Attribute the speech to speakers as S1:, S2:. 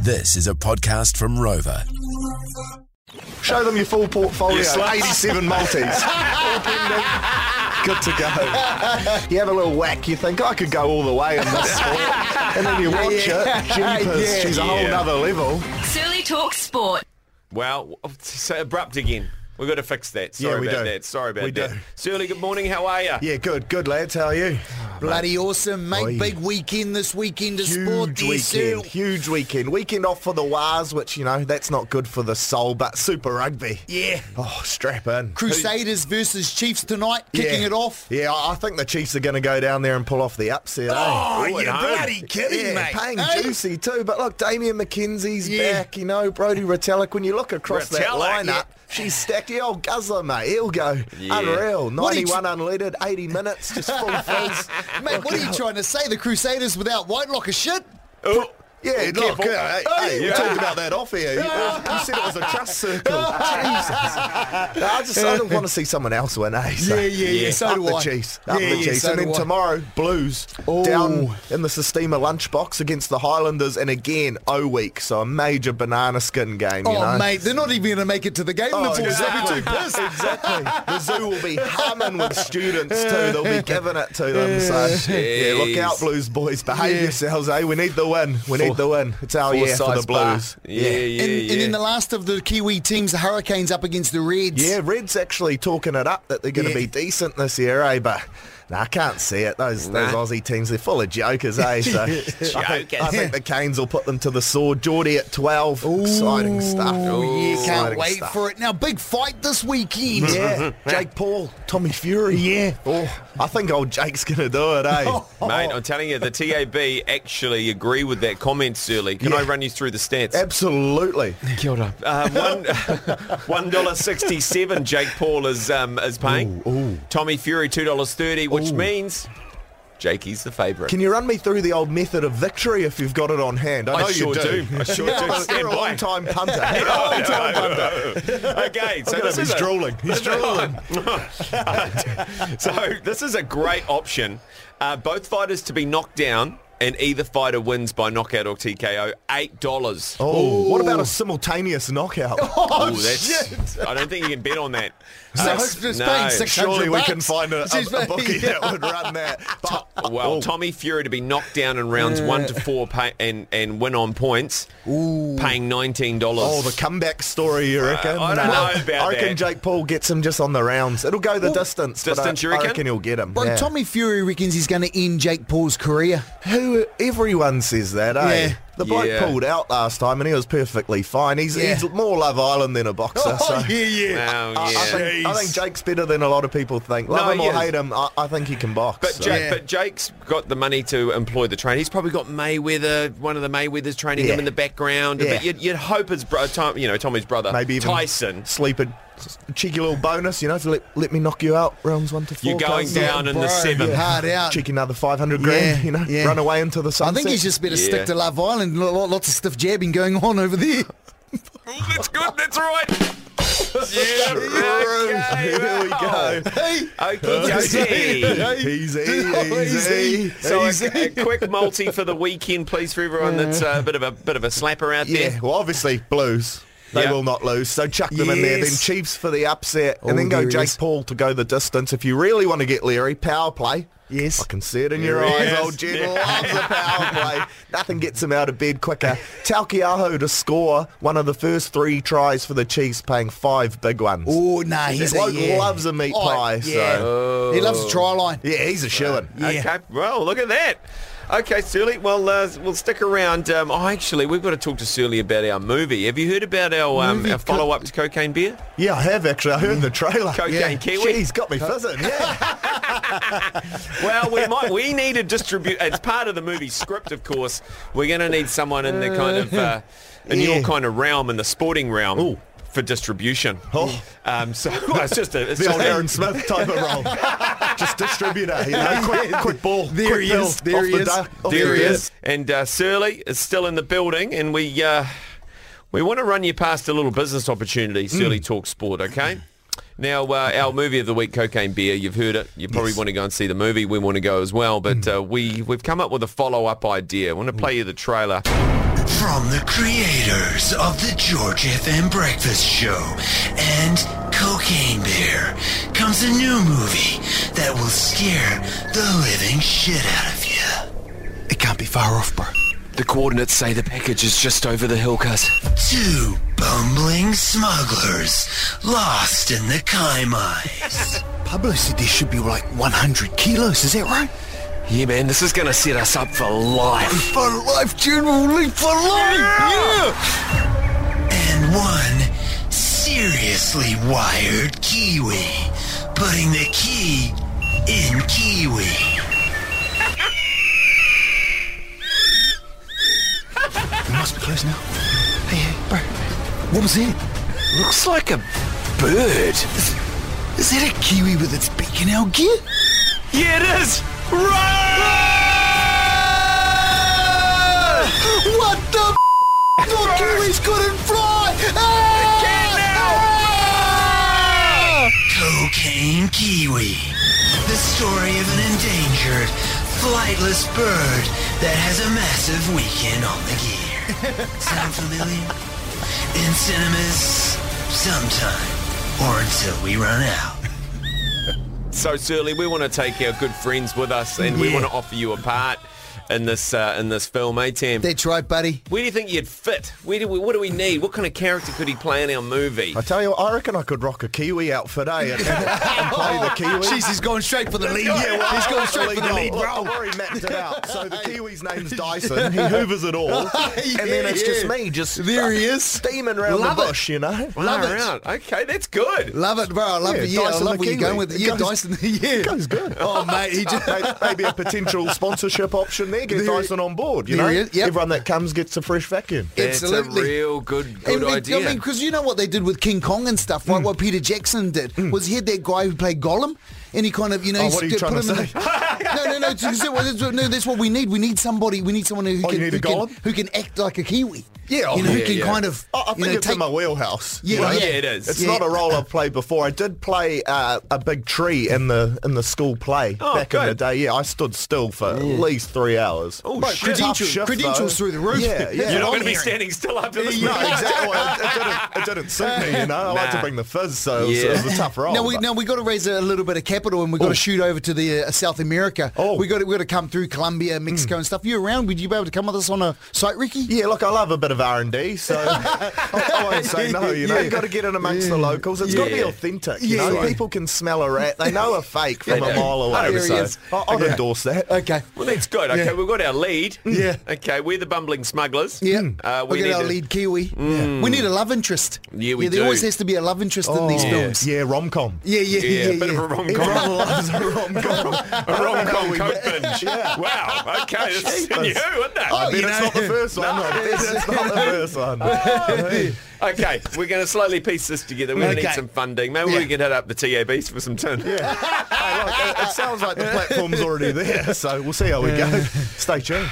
S1: This is a podcast from Rover.
S2: Show them your full portfolio. 87 multis. All pending. Good to go. You have a little whack, you think, I could go all the way in this sport. And then you watch it, jeepers, she's a whole
S3: Yeah.
S2: nother level.
S4: Surly Talk Sport.
S3: Well, so abrupt again. We've got to fix that. Sorry
S2: Yeah, we
S3: about
S2: do.
S3: that. Sorry about
S2: We
S3: that.
S2: do.
S3: Surly, good morning. How are you?
S2: Yeah, good. Good, lads. How are you?
S5: Bloody awesome, mate.
S2: Oi.
S5: Big weekend this weekend of sport,
S2: Huge
S5: dear Cyril.
S2: weekend. Huge weekend. Weekend off for the Wars, which, you know, that's not good for the soul, but super rugby.
S5: Yeah.
S2: Oh, strap in.
S5: Crusaders versus Chiefs tonight, kicking
S2: Yeah.
S5: it off.
S2: Yeah, I I think the Chiefs are going to go down there and pull off the upset.
S5: Oh,
S2: eh?
S5: you're
S2: at home.
S5: bloody kidding,
S2: yeah,
S5: mate.
S2: Paying
S5: Eh?
S2: juicy too. But look, Damien McKenzie's
S5: Yeah.
S2: back. You know, Brody Retallick. When you look across
S3: Retallick,
S2: that lineup, she's stacked. Yeah, old Guzzler, mate. He'll go
S3: Yeah.
S2: unreal.
S5: What are you-
S2: Ninety-one unleaded, eighty minutes, just full fizz.
S5: Mate, what are you trying to say? The Crusaders without Whitelock are shit?
S3: Oh,
S2: Yeah,
S3: Oh,
S2: look,
S3: careful.
S2: uh, hey,
S3: Oh,
S2: hey, we
S3: yeah.
S2: talked about that off here. You, you said it was a trust circle. Jesus. No, I just I don't want to see someone else win, eh? So.
S3: yeah,
S5: So
S2: up
S5: do
S2: the
S5: I.
S2: Chiefs.
S5: Yeah,
S2: Up the
S5: yeah,
S2: Chiefs.
S5: so
S2: and
S5: do
S2: then
S5: I.
S2: tomorrow, Blues
S5: Oh.
S2: down in the Sistema lunchbox against the Highlanders and again O week, so a major banana skin game,
S5: Oh,
S2: you know.
S5: mate, they're not even going to make it to the game.
S2: Oh,
S5: the boys. They'll
S2: exactly.
S5: be too pissed.
S2: exactly. The zoo will be humming with students too. They'll be giving it to them. So yeah, look out, Blues boys. Behave yourselves, eh? We need the win. We need the win. It's our year for the
S3: Forsyth Bar.
S2: Blues.
S3: Yeah, yeah, yeah.
S5: and, and then the last of the Kiwi teams, the Hurricanes, up against the Reds.
S2: Yeah, Red's actually talking it up that they're going to
S5: Yeah.
S2: be decent this year, eh? But nah, I can't see it. Those those Aussie teams, they're full of jokers, eh? So I, think, I think the Canes will put them to the sword. Geordie at 12. Exciting stuff.
S5: Oh, yeah, can't wait for it. Now, big fight this weekend.
S2: Yeah,
S3: Mm-hmm.
S2: Jake Paul, Tommy Fury. Yeah. Oh, I think old Jake's going to do it,
S3: Oh.
S2: eh?
S3: Mate, I'm telling you, the TAB actually agree with that comment, Surly. Can I run you through the stats?
S2: Absolutely.
S3: Uh, one one dollar sixty seven. Jake Paul is um, is paying. Tommy Fury two dollars thirty, which means Jakey's the favourite.
S2: Can you run me through the old method of victory if you've got it on hand? I know
S3: I sure
S2: you do.
S3: do. I sure do. Stand
S2: You're a
S3: by. oh.
S2: long time punter. You're a long time punter.
S3: okay, so
S2: Look at
S3: this
S2: him,
S3: is
S2: he's
S3: a-
S2: drooling. He's drooling.
S3: so this is a great option. Uh, both fighters to be knocked down, and either fighter wins by knockout or TKO. Eight dollars.
S2: Oh, what about a simultaneous knockout?
S5: Oh, shit.
S3: that's. I don't think you can bet on that.
S5: So
S3: Uh,
S5: it's just
S3: no.
S5: paying six-
S2: Surely we
S5: bucks.
S2: can find a,
S5: She's
S2: a, a bookie
S5: making-
S2: that would run that. But,
S3: Well, Tommy Fury to be knocked down in rounds one to four pay, and and win on points, paying nineteen dollars.
S2: oh, the comeback story, you reckon?
S3: Uh, I don't
S2: Nah.
S3: know about
S2: I reckon
S3: that.
S2: Jake Paul gets him just on the rounds. It'll go the distance. but I-
S3: distance, you
S2: I
S3: reckon?
S2: reckon he'll get him.
S5: Bro,
S2: yeah.
S5: Tommy Fury reckons he's going to end Jake Paul's career.
S2: Who everyone says that, eh?
S5: Yeah.
S2: The bloke
S3: Yeah.
S2: pulled out last time and he was perfectly fine. He's,
S5: Yeah. Oh,
S2: he's more Love Island than a boxer. so
S5: yeah.
S3: Wow,
S2: I, I
S3: yeah.
S2: think, I think Jake's better than a lot of people think. Love
S3: No,
S2: him
S3: he
S2: or
S3: is.
S2: hate him, I, I think he can box.
S3: But,
S2: so.
S3: Jake,
S5: Yeah.
S3: but Jake's got the money to employ the trainer. He's probably got Mayweather, one of the Mayweathers training
S2: Yeah.
S3: him in the background.
S2: Yeah.
S3: But you'd, you'd hope his bro, Tom, you know, Tommy's brother,
S2: maybe even
S3: Tyson.
S2: sleep a cheeky little bonus. You know, if you let, let me knock you out rounds one to four.
S3: You're going
S2: Kaz.
S3: down in
S5: Bro,
S3: the seventh.
S5: yeah. Hard out.
S2: Cheeky another five hundred grand.
S5: Yeah,
S2: you know,
S5: yeah.
S2: run away into the
S5: I
S2: sunset.
S5: think he's just better
S3: Yeah.
S5: stick to Love Island. Lo- lo- Lots of stiff jabbing going on over there.
S3: Oh, that's good. That's right. yeah. okay,
S2: Here we go.
S5: Hey,
S3: Okey dokey.
S2: Easy,
S5: easy.
S2: oh, easy.
S3: So a, a quick multi for the weekend, please, for everyone. That's uh, a bit of a bit of a slapper out there.
S2: Yeah. Well, obviously Blues. They
S3: Yeah.
S2: will not lose, so chuck them in there. Then
S5: Yes.
S2: Chiefs for the upset,
S5: Oh,
S2: and then go
S5: there it
S2: Jake
S5: is.
S2: Paul to go the distance. If you really want to get Leary, power play.
S5: Yes.
S2: I can see it in your
S3: Yes.
S2: eyes, old Jed
S3: Yeah.
S2: loves a power play. Nothing gets him out of bed quicker. Taukiaho to score one of the first three tries for the Chiefs, paying five big ones.
S5: Oh, nah, he's
S2: That bloke
S5: a, yeah.
S2: loves a meat
S5: Oh,
S2: pie,
S5: Yeah.
S2: so-
S5: He loves a try line.
S2: Yeah, he's a shoo-in.
S3: Okay. Well, look at that. Okay, Surly. Well, uh, we'll stick around. Um, oh, actually, we've got to talk to Surly about our movie. Have you heard about our um,
S5: Movie
S3: our
S5: co-
S3: follow up to Cocaine Beer?
S2: Yeah, I have actually. I heard the trailer.
S3: Cocaine
S2: yeah.
S3: Kiwi.
S2: He's got me fizzing. Yeah.
S3: Well, we might. We need a distribute. It's part of the movie script, of course. We're going to need someone in the kind of uh, in
S2: Yeah.
S3: your kind of realm, in the sporting realm, for distribution.
S2: Oh.
S3: Um, so well, it's just a it's
S2: the
S3: just
S2: old
S3: a-
S2: Aaron Smith type of role. Just distributor, you know. Quick, quick ball.
S5: There
S2: quick
S5: he
S2: bill,
S5: is, there
S2: off
S5: he
S2: the
S5: is.
S2: da- off
S3: There
S2: the
S3: he
S2: da-
S3: is. And uh, Surly is still in the building, and we uh, we want to run you past a little business opportunity,
S2: Mm.
S3: Surly Talk Sport, okay? Now, uh, our movie of the week, Cocaine Beer, you've heard it. You probably want to go and see the movie.
S2: Mm.
S3: We want to go as well, but uh, we, we've come up with a follow-up idea. I want to play you the trailer.
S4: From the creators of the George FM Breakfast Show and Cocaine Bear comes a new movie that will scare the living shit out of you.
S6: It can't be far off, bro. The coordinates say the package is just over the hill, cuz.
S4: Two bumbling smugglers lost in the Kaimais.
S6: Publicity should be like 100 kilos, is that right? Yeah, man, this is gonna set us up for life. For life, General Leap for life! Yeah!
S4: and one seriously wired Kiwi, putting the key in Kiwi.
S6: We must be close now. Hey, hey, bro. What was that? Looks like a bird. Is, is that a kiwi with its beak in our gear? Yeah, it is! Run! What the f- Your kiwis couldn't fly!
S4: Cocaine Kiwi. The story of an endangered, flightless bird that has a massive weekend on the gear. Sound familiar? In cinemas, sometime, or until we run out.
S3: So, Surly, we want to take our good friends with us and we want to offer you a part in this uh, in this film, eh, Tam?
S5: That's right, buddy.
S3: Where do you think you'd fit? Where do we, what do we need? What kind of character could he play in our movie?
S2: I tell you, what, I reckon I could rock a Kiwi outfit, eh? And, and play the Kiwi.
S5: Jeez, he's going straight for the lead.
S2: Yeah, well,
S5: he's going straight for the
S2: hopefully
S5: lead,
S2: not. I've
S5: bro.
S2: already mapped it out. So the Kiwi's name's Dyson. He hoovers it all. and then it's just
S5: yeah.
S2: me, just
S5: There he is.
S2: steaming around
S5: Love
S2: the
S5: it.
S2: bush, you know?
S5: Love
S3: Far
S5: it.
S3: out. Okay, that's good.
S5: Love it, bro. I love
S2: Yeah,
S5: it. Yeah, I
S2: Dyson
S5: love
S2: the
S5: where you're
S2: Kiwi.
S5: going with it.
S2: It
S5: Yeah,
S2: goes-
S5: Dyson. Yeah.
S2: Goes good.
S5: Oh, mate, he just...
S2: May- Maybe a potential sponsorship option there. Get
S5: There-
S2: Dyson on board. You
S5: there
S2: know,
S5: he is, yep.
S2: everyone that comes gets a fresh vacuum.
S3: That's
S5: Absolutely.
S3: a real good good
S5: And we-
S3: idea. Mm.
S5: I mean, because you know what they did with King Kong and stuff, right? What Peter Jackson did was he had that guy who played Gollum, and he kind of, you know,
S2: Oh,
S5: he
S2: what are you
S5: st-
S2: trying to
S5: in the, no, no, no, it's- it's- well, that's what- no. That's what we need. We need somebody. We need someone who,
S2: Oh,
S5: can,
S2: you need a
S5: who, can,
S2: Gollum?
S5: who can act like a Kiwi.
S2: Yeah, oh,
S5: you know, who
S2: yeah,
S5: can
S3: yeah.
S5: kind of,
S2: I I think
S5: you know,
S2: it's in my wheelhouse. you
S5: Yeah,
S2: know?
S5: yeah.
S3: Yeah, it is.
S2: It's
S5: Yeah.
S2: not a role I've played before. I did play uh, a big tree in the in the school play
S3: Oh,
S2: back in the
S3: good.
S2: day. Yeah, I stood still for at least three hours.
S3: Oh,
S2: Tough
S3: shit. Credential-
S2: shift,
S5: credentials
S2: though.
S5: through the roof.
S2: Yeah, yeah.
S5: You're
S3: You're not going to be standing still after this
S2: No,
S3: movie.
S2: exactly. It, it, didn't, it didn't suit me, you know. I like to
S3: Nah.
S2: bring the fizz, so it was-
S3: Yeah.
S2: it was a tough role.
S5: Now we
S2: but-
S5: now we got to raise a little bit of capital, and we got to shoot over to the uh, South America.
S2: Oh. Mm.
S5: we got to, we got to come through Colombia, Mexico, and stuff. You around? Would you be able to come with us on a site, Ricky?
S2: Yeah, look, I love a bit of R and D, so I, I won't say no. You know, you got to get in amongst the locals. It's got to be
S3: Yeah.
S2: authentic. You
S5: Yeah.
S2: know,
S5: Right.
S2: people can smell a rat. They know a fake from
S3: They
S2: a
S3: do.
S2: mile away.
S5: 100%.
S2: I, I'd endorse that.
S5: Okay.
S3: Well, that's good. Okay, we've got our lead.
S5: Mm. Yeah.
S3: Okay, we're the bumbling smugglers.
S5: Yeah,
S3: Uh,
S5: we
S3: we
S5: get
S3: need
S5: our
S3: to- Hmm.
S5: lead Kiwi. We need a love interest.
S3: Yeah, we
S5: yeah, There
S3: do.
S5: always has to be a love interest in these
S2: Oh,
S5: films.
S2: Yeah, rom com.
S5: Yeah, yeah,
S3: Yeah,
S5: yeah.
S3: a bit of
S5: yeah.
S3: a rom
S2: Everyone
S3: com.
S2: loves a rom com.
S3: A rom com coke binge. Wow. Okay, that's
S2: Jeepers.
S3: new, isn't it?
S2: I bet
S5: you
S2: it's
S5: know.
S2: not the first one. I bet it's not the first one.
S3: Okay, we're going to slowly piece this together. We're going to
S5: Okay.
S3: need some funding. Maybe we can hit up the TABs for some tin.
S2: Yeah. Hey, look, it, it sounds like the platform's already there, so we'll see how we go. Stay tuned.